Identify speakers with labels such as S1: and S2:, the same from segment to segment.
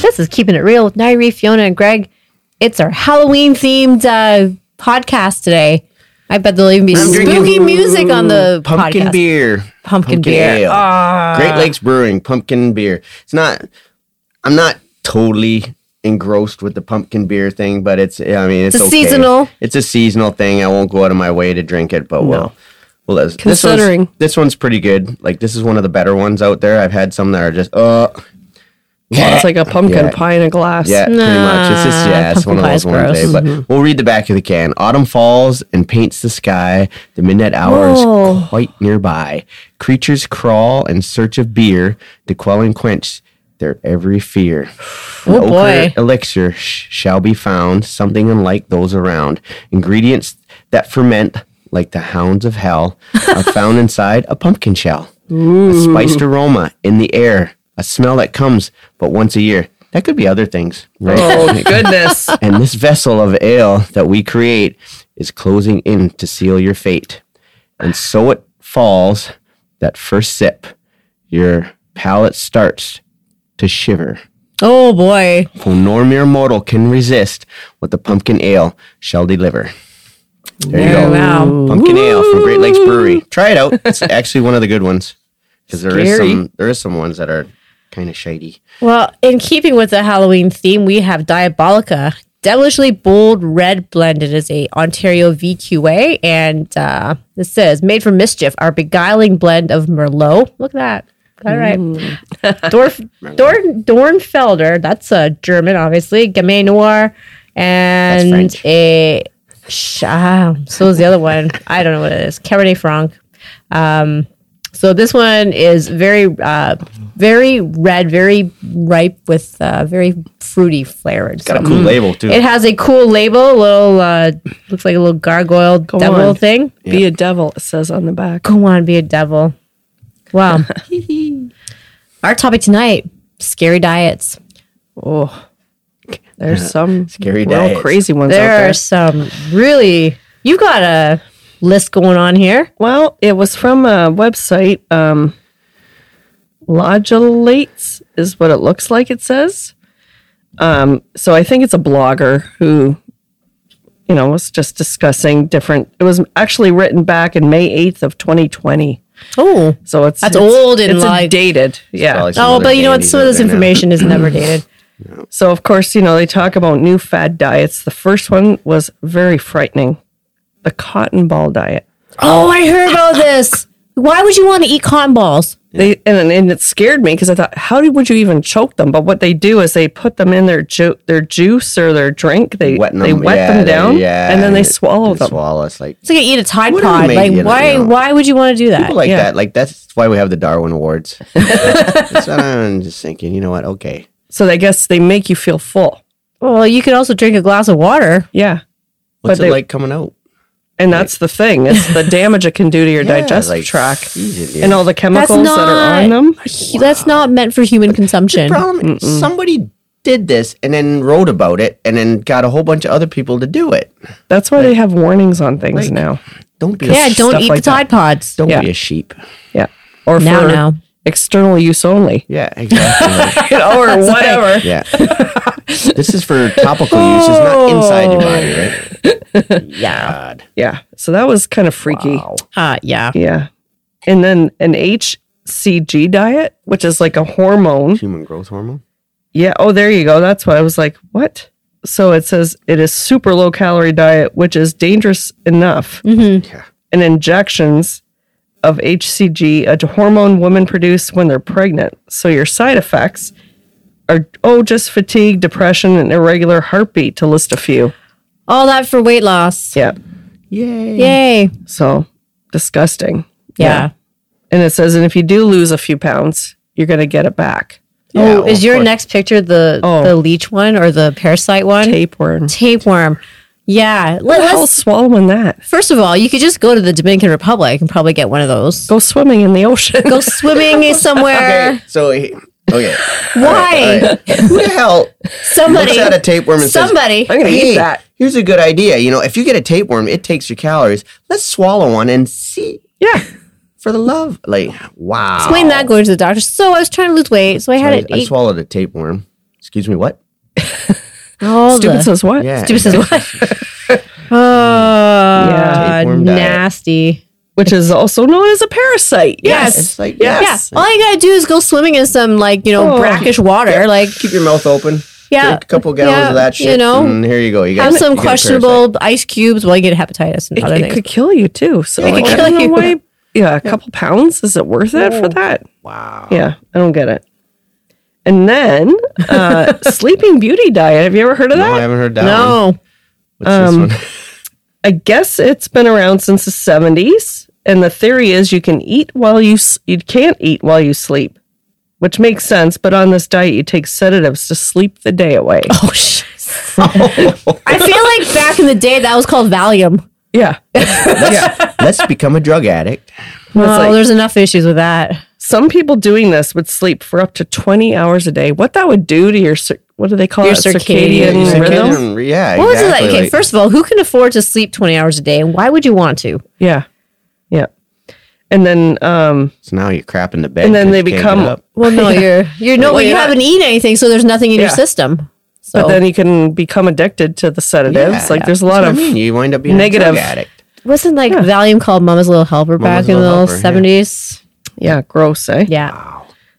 S1: This is Keeping It Real with Nairi, Fiona, and Greg. It's our Halloween themed uh, podcast today. I bet there'll even be
S2: I'm
S1: spooky
S2: drinking
S1: music on the
S2: pumpkin
S1: podcast.
S2: beer.
S1: Pumpkin beer. Ah.
S2: Ale. Great Lakes Brewing pumpkin beer. It's not. I'm not totally engrossed with the pumpkin beer thing, but it's. I mean, it's,
S1: It's a
S2: okay.
S1: seasonal.
S2: It's a seasonal thing. I won't go out of my way to drink it, but well, well, this, this one's-
S1: Considering.
S2: this one's, pretty good. Like this is one of the better ones out there. I've had some that are just uh.
S3: Well, it's like a pumpkin
S2: Yeah.
S3: pie in a glass.
S2: Yeah, pretty
S1: Nah,
S2: much. It's just yeah, it's
S1: pumpkin
S2: one of
S1: pie is
S2: those ones.
S1: gross. Mm-hmm.
S2: eh? But we'll read the back of the can. Autumn falls and paints the sky. The midnight hour
S1: Whoa.
S2: is quite nearby. Creatures crawl in search of beer to quell and quench their every fear. An
S1: Oh, boy.
S2: elixir sh- shall be found, something unlike those around. Ingredients that ferment like the hounds of hell are found inside a pumpkin shell. A spiced aroma in the air, a smell that comes but once a year. That could be other things, right?
S3: Oh goodness.
S2: and this vessel of ale that we create is closing in to seal your fate. And so it falls that first sip, your palate starts to shiver.
S1: Oh boy.
S2: For nor mere mortal can resist what the pumpkin ale shall deliver. There you go.
S1: Wow.
S2: Pumpkin ale from Great Lakes Brewery. Try it out. It's actually one of the good ones. Because there is
S3: Scary.
S2: some there is some ones that are kind of shady.
S1: Well, in keeping with the Halloween theme, we have Diabolica. Devilishly Bold Red Blend. It is a Ontario VQA, and uh, this says made from mischief. Our beguiling blend of Merlot. Look at that. All right, Dorf, Dorn, Dornfelder. That's a German, obviously. Gamay Noir, and
S2: French.
S1: a sh- ah, so is the other one. I don't know what it is. Cabernet Franc. Um, So this one is very, uh, very red, very ripe with uh, very fruity flavored.
S2: Got
S1: So-
S2: a
S3: Mm.
S2: cool label too.
S1: It has a cool label, a little uh, looks like a little gargoyle devil
S3: on.
S1: thing.
S3: Be a devil, it says on the back.
S1: Go on, be a devil. Wow. Our topic tonight: scary diets.
S3: Oh. There's some
S2: Scary
S3: real
S2: diets.
S3: crazy ones out
S1: There
S3: there.
S1: are some really. You've got a list going on here.
S3: Well, it was from a website. Um, Lodulates is what it looks like. It says. Um, so I think it's a blogger who, you know, was just discussing different. It was actually written back in May eighth of twenty twenty.
S1: Oh,
S3: So it's
S1: That's
S3: it's-
S1: old and
S3: it's a
S1: like-
S3: dated. Yeah.
S2: probably some
S1: oh,
S2: other
S1: but you know what?
S2: dandies
S1: Some of
S2: out
S1: this
S2: there now.
S1: information is never dated.
S3: So of course you know they talk about new fad diets. The first one was very frightening, the cotton ball diet.
S1: Oh, I heard about this. Why would you want to eat cotton balls?
S3: They and and it scared me because I thought, how did, would you even choke them? But what they do is they put them in their ju- their juice or their drink. They
S2: Wetting
S3: they
S2: them,
S3: wet
S2: yeah,
S3: them
S2: they-
S3: down,
S2: yeah,
S3: and then they
S2: it-
S3: swallow
S2: they
S3: them.
S2: Swallow us like
S1: It's like you eat a Tide
S2: What do you
S1: Pod.
S2: mean,
S1: Like,
S2: you know,
S1: why?
S2: you know?
S1: Why would you want to do that?
S2: People like
S3: yeah.
S2: that. Like that's why we have the Darwin Awards. that's what I'm just thinking. You know what? Okay.
S3: So I guess they make you feel full.
S1: well, you could also drink a glass of water.
S3: Yeah,
S2: What's
S3: But
S2: it
S3: they-
S2: like coming out?
S3: and that's the thing. It's the damage it can do to your
S2: Yeah,
S3: digestive
S2: like,
S3: tract
S2: geez, it
S3: and
S2: is.
S3: all the chemicals
S1: not-
S3: that are on them.
S1: He- That's not meant for human consumption.
S2: problem. is Somebody did this and then wrote about it and then got a whole bunch of other people to do it.
S3: That's why they have warnings on things now.
S2: Don't be
S1: Yeah,
S2: a,
S1: don't
S3: stuff
S1: eat
S3: like
S1: the Tide Pods.
S2: don't
S3: yeah.
S2: be a sheep.
S3: Yeah, or
S1: Now,
S3: for
S1: now.
S3: external use only,
S2: Yeah, exactly.
S3: you know, or whatever.
S2: yeah. This is for topical use. It's not inside your body, right?
S1: Yeah.
S2: God.
S3: yeah, so that was kind of freaky.
S1: Uh, yeah.
S3: Yeah. And then an HCG diet, which is like a hormone.
S2: Human growth hormone.
S3: Yeah. Oh, there you go. That's why I was like, what? So it says it is super low calorie diet, which is dangerous enough.
S1: Mm.
S2: Yeah.
S3: And injections of HCG, a hormone women produce when they're pregnant. So your side effects are oh, just fatigue, depression, and irregular heartbeat, to list a few.
S1: All that for weight loss.
S3: Yeah.
S2: Yay.
S1: Yay.
S3: So disgusting.
S1: Yeah.
S3: And it says, and if you do lose a few pounds, you're going to get it back.
S2: Yeah,
S1: oh, is
S2: of
S1: your
S2: course.
S1: next picture the
S3: Oh.
S1: the leech one or the parasite one?
S3: Tapeworm.
S1: Tapeworm. Yeah. Let,
S3: the hell
S1: us
S3: swallowing that?
S1: first of all, you could just go to the Dominican Republic and probably get one of those.
S3: Go swimming in the ocean.
S1: Go swimming somewhere.
S2: Okay, so he- okay.
S1: Why?
S2: All right. Who the hell
S1: Somebody.
S2: looks at a tapeworm and says,
S1: somebody.
S3: I'm gonna
S2: Hey,
S3: eat that.
S2: Here's a good idea. You know, if you get a tapeworm, it takes your calories. Let's swallow one and see
S3: Yeah.
S2: for the love. Like, wow.
S1: explain that going to the doctor. So I was trying to lose weight, so I
S2: Oh. I,
S1: had it
S2: I
S1: eat.
S2: swallowed a tapeworm. Excuse me, what?
S1: All
S3: Stupid
S1: the-
S3: says what?
S2: Yeah.
S1: Stupid says what? oh,
S3: Yeah.
S2: Tapeworm diet.
S1: nasty.
S3: Which is also known as a parasite. Yes.
S1: Yes.
S2: It's like,
S3: Yes.
S1: Yeah. All you gotta do is go swimming in some like you know
S3: Oh.
S1: brackish water. Like
S2: Keep your mouth open.
S1: Yeah.
S2: Drink a couple gallons
S1: Yeah,
S2: of that
S1: you
S2: shit.
S1: know.
S2: and Mm, here you go. You got
S1: have
S2: you
S1: some
S2: got a parasite.
S1: questionable ice cubes. Well, you get hepatitis and
S3: It,
S1: other
S3: it
S1: things.
S3: could kill you too. So
S1: could
S3: I
S1: kill
S3: don't know
S1: you.
S3: why- yeah, a couple pounds. Is it worth it for that?
S2: Wow.
S3: Yeah, I don't get it. And then uh, Sleeping Beauty diet. Have you ever heard of
S2: No, I
S3: that?
S2: haven't heard that. One.
S1: no, um,
S2: What's this one?
S3: I guess it's been around since the 70s. And the theory is you can eat while you s- you can't eat while you sleep, which makes sense. But on this diet, you take sedatives to sleep the day away.
S1: oh shit. I feel like back in the day that was called Valium.
S3: Yeah.
S2: Let's, let's become a drug addict.
S1: Oh,
S3: like-
S1: there's enough issues with that.
S3: Some people doing this would sleep for up to 20 hours a day. What that would do to your cir- what do they call
S1: Your
S3: it?
S1: circadian rhythm.
S3: circadian rhythm.
S2: Rhythm? Yeah.
S1: What was it like?
S2: exactly,
S1: Okay, first of all, who can afford to sleep 20 hours a day, and why would you want to?
S3: Yeah. Yeah. And then um
S2: so now you're crapping the bed.
S3: and then
S2: 'cause
S3: they
S2: you can't
S3: become
S2: get up.
S1: Well, no, you're you're no,
S3: Well,
S1: you
S3: you're not-
S1: haven't eaten anything, so there's nothing in your
S3: Yeah.
S1: system. So
S3: but then you can become addicted to the sedatives.
S2: Yeah.
S3: like there's a lot
S2: That's what I
S3: of
S2: mean. you wind up being a
S3: negative-
S2: drug addict.
S1: wasn't like Valium called Mama's Little Helper
S2: Mama's
S1: back in
S2: Little
S1: the
S2: Helper, yeah.
S1: 70s?
S3: yeah, gross, eh?
S1: Yeah.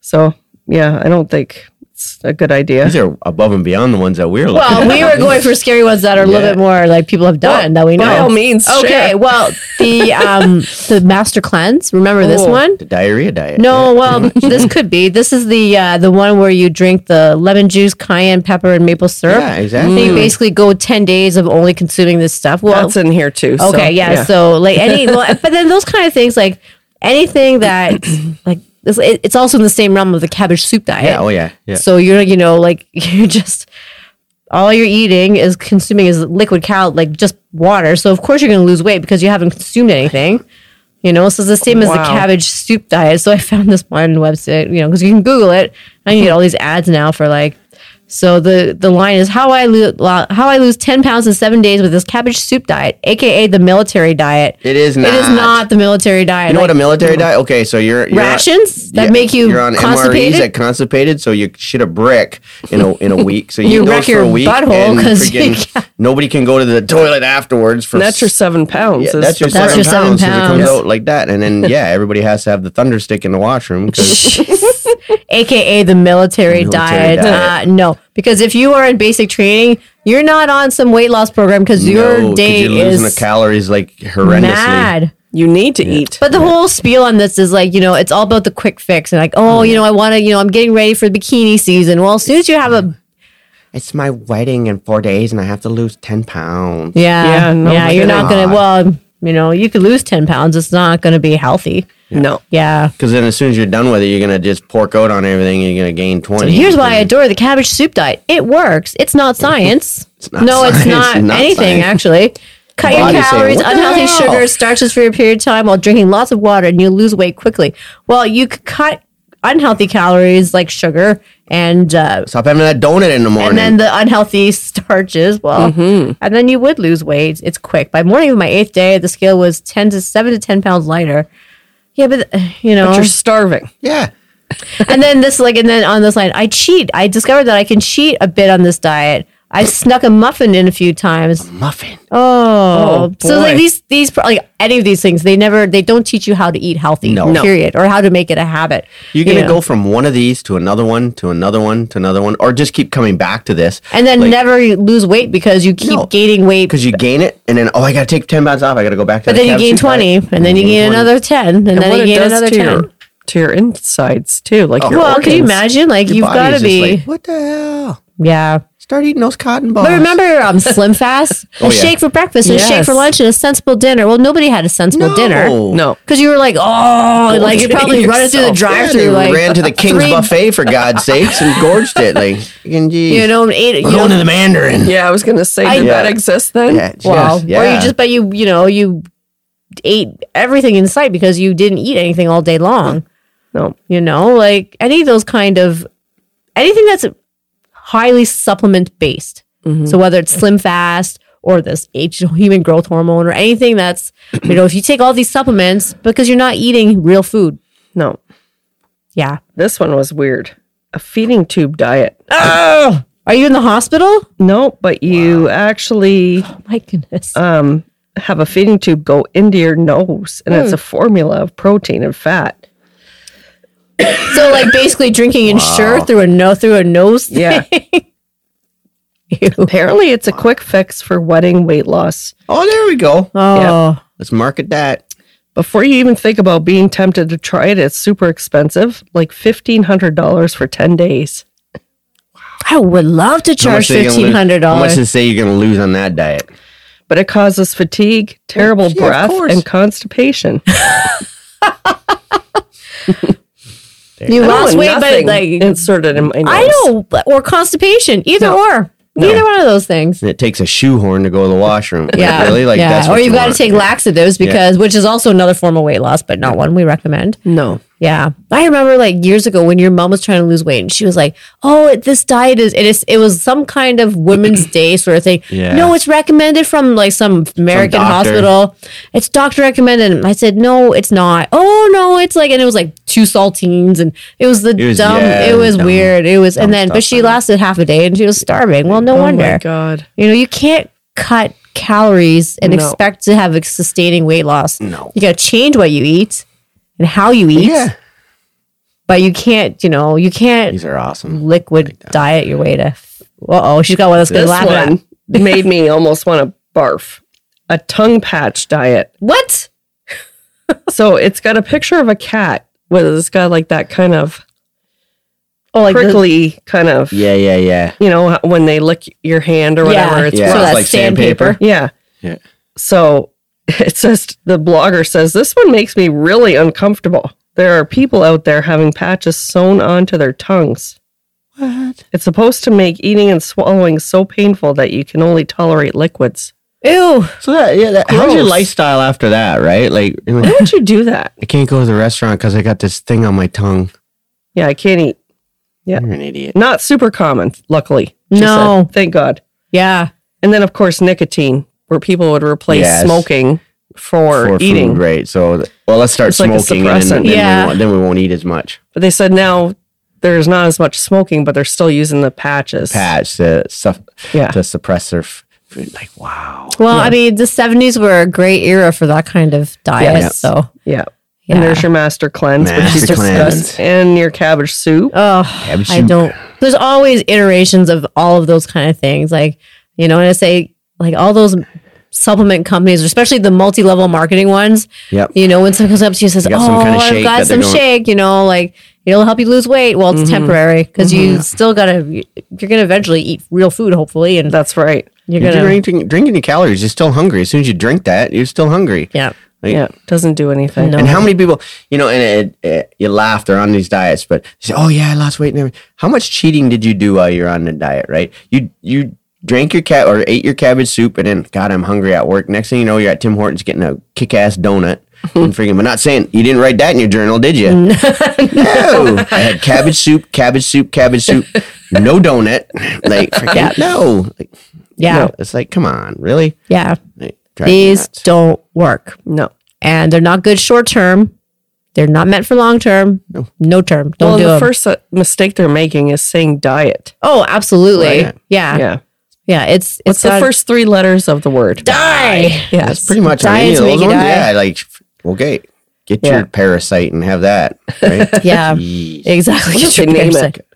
S3: So yeah, I don't think it's a good idea.
S2: These are above and beyond the ones that we're looking.
S1: Well,
S2: at.
S1: we were going for scary ones that are a little
S2: Yeah.
S1: bit more like people have done that we know.
S3: by all means,
S1: okay.
S3: share.
S1: Well, the um the Master Cleanse. Remember this
S3: Oh.
S1: one?
S2: the diarrhea diet.
S1: No, well, this could be. This is the uh, the one where you drink the lemon juice, cayenne pepper, and maple syrup.
S2: Yeah, exactly.
S1: So you basically go ten days of only consuming this stuff. Well,
S3: Mm. That's in here too. so,
S1: okay, yeah, So like any, well, but then those kind of things, like anything that, like it's, it- it's also in the same realm of the cabbage soup diet.
S2: Yeah. Oh yeah. Yeah.
S1: So you're, you know, like you're just all you're eating is consuming is liquid cal, like just water. So of course you're going to lose weight because you haven't consumed anything. You know, so it's the same as the
S3: Wow.
S1: cabbage soup diet. So I found this one website, you know, because you can Google it and you get all these ads now for like. So the the line is how I lose how I lose ten pounds in seven days with this cabbage soup diet, aka the military diet.
S2: It is
S1: It is
S2: not.
S1: not Mm-hmm. the military diet.
S2: You know what a
S1: Like,
S2: military diet? Okay, so you're, you're
S1: Rations that
S2: yeah,
S1: make you
S2: you're on MREs
S1: constipated?
S2: that constipated, so you shit a brick in a in a week. So you,
S1: You
S2: eat those
S1: wreck
S2: for
S1: your
S2: a week
S1: butthole
S2: and
S1: 'cause you
S2: freaking
S1: can't-
S2: nobody can go to the toilet afterwards for
S3: And that's your
S2: s-
S3: seven pounds.
S2: yeah,
S3: is
S2: that's your
S3: the-
S1: That's your
S2: seven
S1: seven
S2: pounds. 'cause it
S1: pounds.
S2: comes out like that, and then yeah, everybody has to have the thunder stick in the washroom because
S1: aka the military,
S2: Military
S1: diet.
S2: diet.
S1: Uh, no, because if you are in basic training, you're not on some weight loss program because your day
S2: you're losing
S1: is
S2: the calories like horrendously.
S1: mad.
S3: you need to eat.
S1: But the whole spiel on this is like, you know, it's all about the quick fix and like, oh, you know, I want to, you know, I'm getting ready for bikini season. Well, as soon as you have a,
S2: It's my wedding in four days, and I have to lose ten pounds.
S1: yeah, yeah,
S3: Yeah, no
S1: you're not going
S2: kidding.
S1: to, well, you know, you could lose 10 pounds. It's not going to be healthy.
S3: no.
S1: Yeah.
S2: Because then, as soon as you're done with it, you're gonna just pork out on everything. and You're gonna gain twenty.
S1: Here's why I adore the cabbage soup diet. It works. It's not science.
S2: not
S1: no, it's
S2: science,
S1: not,
S2: not
S1: anything
S2: science.
S1: actually. Cut
S2: Body's
S1: your
S2: saying,
S1: calories,
S2: "What the
S1: unhealthy
S2: hell?"
S1: sugars, starches for a period of time while drinking lots of water, and you lose weight quickly. Well, you could cut unhealthy calories like sugar and uh,
S2: Stop having that donut in the morning.
S1: and then the unhealthy starches. Well, and then you would lose weight. It's quick. By morning of my eighth day, the scale was ten to seven to ten pounds lighter. Yeah, but uh, you know,
S3: But you're starving.
S2: yeah.
S1: and then this like and then on this line i cheat i discovered that i can cheat a bit on this diet i snuck a muffin in a few times
S2: muffin.
S1: oh,
S3: Oh,
S1: so like
S3: boy.
S1: these these like any of these things they never they don't teach you how to eat healthy
S2: No. No.
S1: period or how to make it a habit
S2: You're gonna
S1: know?
S2: go from one of these to another one to another one to another one, or just keep coming back to this.
S1: and then never lose weight because you keep
S2: No.
S1: gaining weight
S2: because you gain it, and then oh, I gotta take ten pounds off. I gotta go back to.
S1: but then
S2: the
S1: you
S2: cabbage
S1: gain
S2: soup diet.
S1: 20 and then you gain another 10 and, then you gain another
S3: to
S1: 10
S3: your, to your insides too. Like
S2: Oh,
S3: your
S1: well can you
S3: organs.
S1: imagine like
S2: Your
S1: you've
S2: body
S1: got
S2: is
S1: to
S2: just
S1: be
S2: like, what the hell?
S1: yeah
S2: Start eating those cotton balls.
S1: But remember, um, Slim Fast, a
S2: Oh. yeah.
S1: shake for breakfast, and a shake
S3: Yes.
S1: for lunch, and a sensible dinner. Well, nobody had a sensible
S2: No.
S1: dinner.
S3: No.
S1: Because you were like, oh, like you're
S3: kidding
S1: probably running through the
S3: yourself.
S2: Yeah,
S1: drive-through,
S2: they
S1: like
S2: ran to the King's
S1: three-
S2: buffet for God's sakes and gorged it. Like, and geez,
S1: you know, and ate, you
S2: we're going
S1: know,
S2: to the Mandarin.
S3: Yeah, I was gonna say, did
S2: Yeah.
S3: that exist then?
S2: Yeah, it's
S1: wow,
S2: just- yeah.
S1: or you just, but you, you know, you ate everything in sight because you didn't eat anything all day long.
S3: No.
S1: You know, like any of those kind of anything that's highly supplement based.
S2: Mm-hmm.
S1: So whether it's Slim Fast or this H human growth hormone or anything that's you know if you take all these supplements because you're not eating real food.
S3: No.
S1: Yeah.
S3: This one was weird. a feeding tube diet.
S2: Ah!
S1: Oh, are you in the hospital?
S3: No, but you actually um,
S1: Oh my goodness.
S2: Ah.
S3: have a feeding tube go into your nose, and
S1: Hmm.
S3: it's a formula of protein and fat.
S1: so like basically drinking Ensure through a no through a nose. thing?
S3: Yeah.
S1: Ew.
S3: Apparently, it's a quick fix for wedding weight loss.
S2: Oh, there we go.
S1: Oh.
S2: Let's market that.
S3: Before you even think about being tempted to try it, it's super expensive, like fifteen hundred dollars for ten days.
S1: I would love to charge
S2: are you gonna lose-
S1: fifteen hundred
S2: How much
S1: dollars.
S2: to say you're going to lose on that diet?
S3: But it causes fatigue, terrible
S2: yeah, of
S3: breath,
S2: course.
S3: and constipation.
S1: You lost weight, but
S3: Nothing
S1: like
S3: inserted in my nose.
S1: I know, but- or constipation, either
S3: No.
S1: or, either one of those things.
S2: And it takes a shoehorn to go to the washroom. Like,
S1: Yeah,
S2: really? Like
S1: yeah.
S2: that's
S1: or
S2: what
S1: you've
S2: you
S1: got to
S2: want.
S1: take laxatives because, which is also another form of weight loss, but not one we recommend.
S3: No.
S1: Yeah, I remember like years ago when your mom was trying to lose weight, and she was like, "Oh, it, this diet is it is it was some kind of Women's Day sort of thing."
S2: Yeah.
S1: No, it's recommended from like some American
S2: doctor.
S1: hospital. It's doctor recommended. And I said, "No, it's not." Oh no, it's like, and it was like two saltines, and it was the
S2: It was-
S1: dumb.
S2: yeah,
S1: it was
S2: dumb-
S1: weird. It was, and
S2: dumb
S1: then but
S2: stuff,
S1: she
S2: I know.
S1: lasted half a day, and she was starving. Well, no
S3: Oh my
S1: wonder.
S3: god.
S1: You know, you can't cut calories and
S3: No.
S1: expect to have a sustaining weight loss.
S2: No.
S1: You got to change what you eat and how you eat.
S2: Yeah.
S1: But you can't, you know, you can't
S2: These are awesome.
S1: liquid diet your way to. Uh oh, she's got one that's going
S3: This
S1: to laugh at that.
S3: one made me almost want to barf. A tongue patch diet.
S1: What?
S3: So it's got a picture of a cat with it's got like that kind of
S1: Oh, like the,
S3: prickly kind of
S2: Yeah, yeah, yeah.
S3: you know when they lick your hand or
S1: Yeah.
S3: whatever. It's
S2: Yeah,
S1: So
S3: rough.
S1: that's
S2: like
S1: sandpaper.
S2: sandpaper.
S3: Yeah.
S2: Yeah.
S3: So it says the blogger says this one makes me really uncomfortable. There are people out there having patches sewn onto their tongues.
S2: What?
S3: It's supposed to make eating and swallowing so painful that you can only tolerate liquids.
S1: ew.
S2: So that yeah, that, how's your
S3: Gross.
S2: lifestyle after that? Right? Like, you're
S3: Why
S2: like,
S3: would you do that?
S2: I can't go to the restaurant because I got this thing on my tongue.
S3: Yeah, I can't eat.
S2: You're an idiot.
S3: Not super common, luckily. she
S1: No.
S3: said. Thank God.
S1: Yeah.
S3: And then, of course, nicotine, where people would replace
S2: Yes.
S3: smoking for,
S2: For
S3: eating.
S2: food, right? So, th- well, let's start
S3: It's like a
S2: smoking, and then,
S3: suppressant.
S2: then we
S1: Yeah.
S2: won't- then we won't eat as much.
S3: But they said now there's not as much smoking, but they're still using the patches.
S2: Patch to stuff
S3: Yeah.
S2: to suppress their f- food. Like, wow.
S1: Well, I mean, the 70s were a great era for that kind of diet.
S2: Yeah.
S1: So,
S3: Yeah.
S1: Yeah.
S3: And there's your master cleanse, which you
S2: Master
S3: discussed,
S2: cleanse.
S3: and your cabbage soup.
S1: oh,
S2: Cabbage
S1: I
S2: soup.
S1: don't. There's always iterations of all of those kind of things. Like, you know, and I say, like, all those supplement companies, especially the multi level marketing ones,
S2: Yep.
S1: you know, when someone comes up to you and says, Oh,
S2: You got some kinda
S1: I've
S2: shake
S1: got
S2: that they're
S1: some
S2: going-
S1: shake, you know, like, it'll help you lose weight. Well, it's temporary because you still got to, you're going to eventually eat real food, hopefully. And
S3: That's right.
S1: you're
S2: You're
S1: going to,
S2: drinking, drinking the calories. You're still hungry. As soon as you drink that, you're still hungry.
S1: yeah.
S2: Like,
S3: Yeah. Doesn't do anything.
S2: And
S1: Oh.
S2: how many people, you know, and it, it, you laugh, they're on these diets, but they say, oh, yeah, I lost weight and everything. How much cheating did you do while you're on the diet, right? You, you drank your cat or ate your cabbage soup and then, God, I'm hungry at work. Next thing you know, you're at Tim Hortons getting a kick ass donut. And freaking, but not saying you didn't write that in your journal, did you? no. I had cabbage soup, cabbage soup, cabbage soup, no donut. Like, freaking, no. Like,
S1: Yeah.
S2: no. It's like, come on, really?
S1: Yeah.
S2: Like, drive me
S1: These
S2: nuts.
S1: don't work.
S3: No.
S1: and they're not good short term. They're not meant for long term. No, term. Don't
S3: well,
S1: do
S3: the
S1: it.
S3: first uh, mistake they're making is saying diet.
S1: oh, absolutely.
S2: Right.
S1: Yeah. yeah,
S3: Yeah.
S1: It's it's
S3: What's the
S1: got-
S3: first three letters of the word?
S1: die.
S3: Yeah.
S2: That's pretty much on
S1: Diets
S2: any
S1: make
S2: of those
S1: you
S2: ones.
S1: die.
S2: Yeah, like f- okay, get
S3: Yeah.
S2: your parasite and have that. Right?
S1: Yeah,
S2: Jeez.
S1: exactly.
S3: What if
S1: Get
S3: they
S1: your
S3: name
S1: website.
S3: it?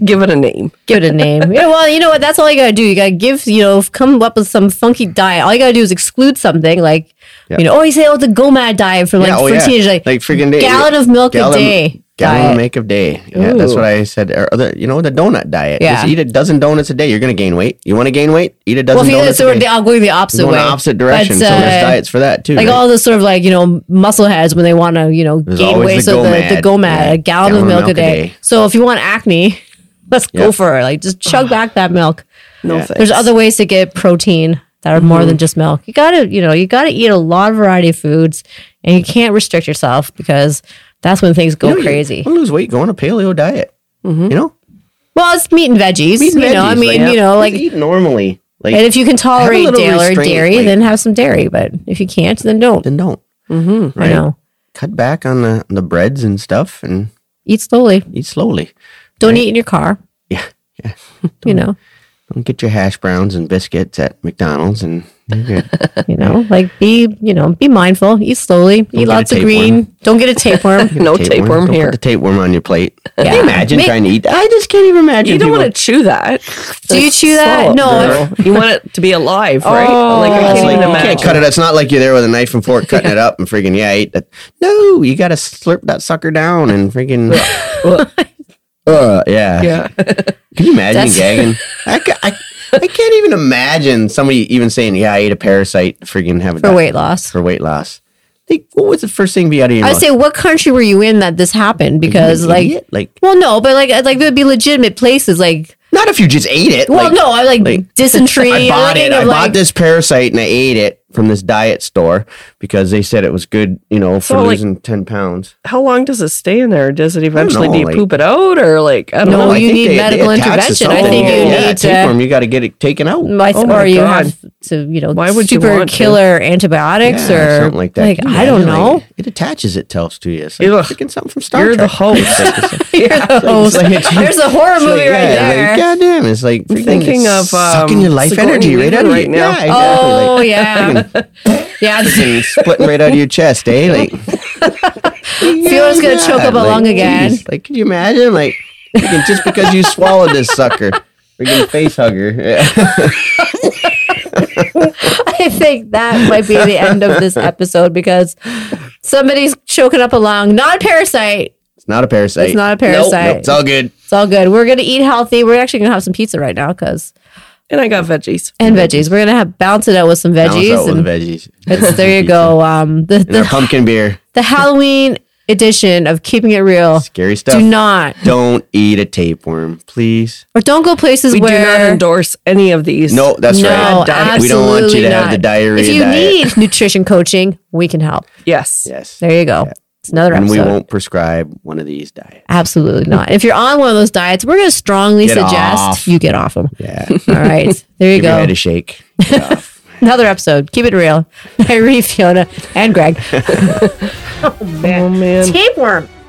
S3: Give it a name.
S1: Give it a name. yeah, well, you know what? That's all you gotta do. You gotta give, you know, come up with some funky diet. All you gotta do is exclude something, like you know, oh, you say, oh, the GOMAD diet for like
S2: Yeah,
S1: for teenagers, like,
S2: like freaking day.
S1: gallon of milk
S2: Gallon-
S1: a day.
S2: Gallon
S1: diet.
S2: of milk a day. Yeah, that's what I said. Or other, you know, the donut diet.
S1: Yeah.
S2: Just eat a dozen donuts a day. You're gonna gain weight. You want to gain weight? Eat a
S1: well,
S2: dozen
S1: if you
S2: donuts
S1: so
S2: a
S1: we're
S2: day.
S1: all going the opposite
S2: You're going
S1: way,
S2: the opposite direction.
S1: But,
S2: so there's
S1: uh,
S2: diets for that too.
S1: like
S2: right?
S1: all those sort of like you know muscle heads when they want to you know gain
S2: always
S1: weight.
S2: the
S1: so the the
S2: GOMAD.
S1: GOMAD,
S2: Yeah,
S1: a gallon, of milk, a day. So if you want acne, let's go
S2: Yeah.
S1: for it. Like just chug back that milk.
S3: No
S2: Yeah.
S3: thanks.
S1: There's other ways to get protein that are
S2: Mm-hmm.
S1: more than just milk. You gotta you know you gotta eat a lot of variety of foods, and you can't restrict yourself because that's when things go
S2: You Mm-hmm. know, you
S1: crazy.
S2: wanna lose weight? Go on a paleo diet. You know,
S1: well, it's meat and veggies.
S2: Eat
S1: you know, I
S2: veggies,
S1: mean,
S2: like,
S1: you know,
S2: just
S1: like.
S2: eat normally. Like
S1: And if you can tolerate
S2: little
S1: dairy,
S2: restraint,
S1: dairy,
S2: like-
S1: then have some dairy. But if you can't, then don't.
S2: then don't
S1: I know.
S2: cut back on the the breads and stuff and
S1: Eat slowly.
S2: eat slowly.
S1: Don't eat in your car.
S2: Yeah. yeah.
S1: You know,
S2: Don't get your hash browns and biscuits at McDonald's and you're good.
S1: you know, like be, you know, be mindful. Eat slowly. eat
S2: a
S1: lots of
S2: tapeworm.
S1: green. Don't get a tapeworm.
S3: No
S2: Tapeworm.
S3: tapeworm
S2: Don't
S3: here.
S2: Put the tapeworm on your plate. Can
S1: Yeah.
S2: you imagine
S1: Ma-
S2: trying to eat? I just can't even imagine.
S3: You don't
S2: people-
S3: want to chew that.
S1: Do you chew that?
S3: Swallow it,
S1: No.
S3: girl. you want it to be alive, right? like I
S2: It's
S3: can't
S2: Oh, like,
S3: even
S2: you can't
S3: imagine.
S2: cut it. up. It's not like you're there with a knife and fork cutting it up and freaking yeah, I ate that. No, you got to slurp that sucker down and freaking. uh, yeah.
S3: Yeah.
S2: Can you imagine
S1: That's-
S2: gagging? I, ca- I, I can't even imagine somebody even saying, "Yeah, I ate a parasite." Freaking have a
S1: For
S2: di-
S1: weight loss.
S2: for weight loss. Like, what was the first thing be out of your
S1: I
S2: mouth?
S1: would say, what country were you in that this happened? Because
S2: An
S1: like,
S2: idiot? like
S1: well, no, but like, like there'd be legitimate places. Like,
S2: not if you just ate it.
S1: well,
S2: like,
S1: no, I like,
S2: like-
S1: dysentery.
S2: I
S1: I'm
S2: bought
S1: thinking
S2: it. I
S1: of,
S2: bought
S1: like-
S2: this parasite and I ate it from this diet store because they said it was good, you know, for
S3: So, like-
S2: losing ten pounds.
S3: How long does it stay in there? Does it eventually
S2: know,
S3: do you
S2: like-
S3: poop it out or like I don't
S1: No,
S3: know?
S1: Oh, you
S2: think
S1: need medical
S2: attach to
S1: intervention. I
S2: something.
S1: think you
S2: yeah,
S1: need to-
S2: tapeworm, You got to get it taken out.
S1: My,
S3: Oh
S1: or
S3: my
S1: you
S3: God.
S1: have to, you know,
S3: Why would you
S1: super
S3: want to?
S1: killer antibiotics
S2: Yeah,
S1: or
S2: something like that. Can you
S1: I don't
S2: imagine,
S1: know.
S2: like, it attaches itself to you. It's like
S3: Ugh.
S2: freaking something from Star
S3: You're the
S2: Trek.
S3: host.
S1: You're the host.
S2: like it's-
S1: There's a horror
S2: It's like,
S1: movie right
S2: yeah,
S1: there.
S2: Like, goddamn, it's like freaking
S3: thinking of,
S2: sucking
S3: um,
S2: your life
S3: Sigourney
S2: energy right
S3: Weaver
S2: out of
S3: right
S2: you.
S3: now.
S2: Yeah, exactly.
S1: oh
S2: like,
S1: yeah, yeah.
S2: freaking splitting right out of your chest, eh? Like,
S1: Fiona's gonna choke up a
S2: like,
S1: lung again.
S2: geez, like, can you imagine? Like, freaking just because you swallowed this sucker, freaking face hugger. Yeah.
S1: I think that might be the end of this episode because somebody's choking up a lung. Not a parasite.
S2: It's not a parasite.
S1: It's not a
S2: Nope, nope,
S1: parasite.
S2: it's all good.
S1: It's all good. We're gonna eat healthy. We're actually gonna have some pizza right now because
S3: and I got veggies.
S1: and veggies. We're gonna have balance it out with some
S2: Balance
S1: veggies.
S2: out with
S1: and
S2: veggies.
S1: it's, there you go. Um, the
S2: And our
S1: the,
S2: pumpkin beer.
S1: the Halloween edition of Keeping It Real.
S2: Scary stuff.
S1: Do not
S2: Don't eat a tapeworm, please.
S1: or don't go places
S3: We do
S1: where
S3: not endorse any of these.
S2: No, that's
S1: no,
S2: right.
S1: absolutely
S2: We don't want you to
S1: not.
S2: have the diarrhea
S1: If you need
S2: diet.
S1: nutrition coaching, we can help.
S3: Yes.
S2: yes.
S1: There you go. It's another
S2: and
S1: episode.
S2: we won't prescribe one of these diets.
S1: Absolutely not. If you're on one of those diets, we're going to strongly
S2: Get
S1: suggest
S2: off.
S1: you get off them.
S2: Yeah.
S1: All right. There you
S2: Give your
S1: go.
S2: head a shake.
S1: Another episode. Keep it real. Harry, Fiona, and Greg.
S3: Oh man.
S1: Tapeworm.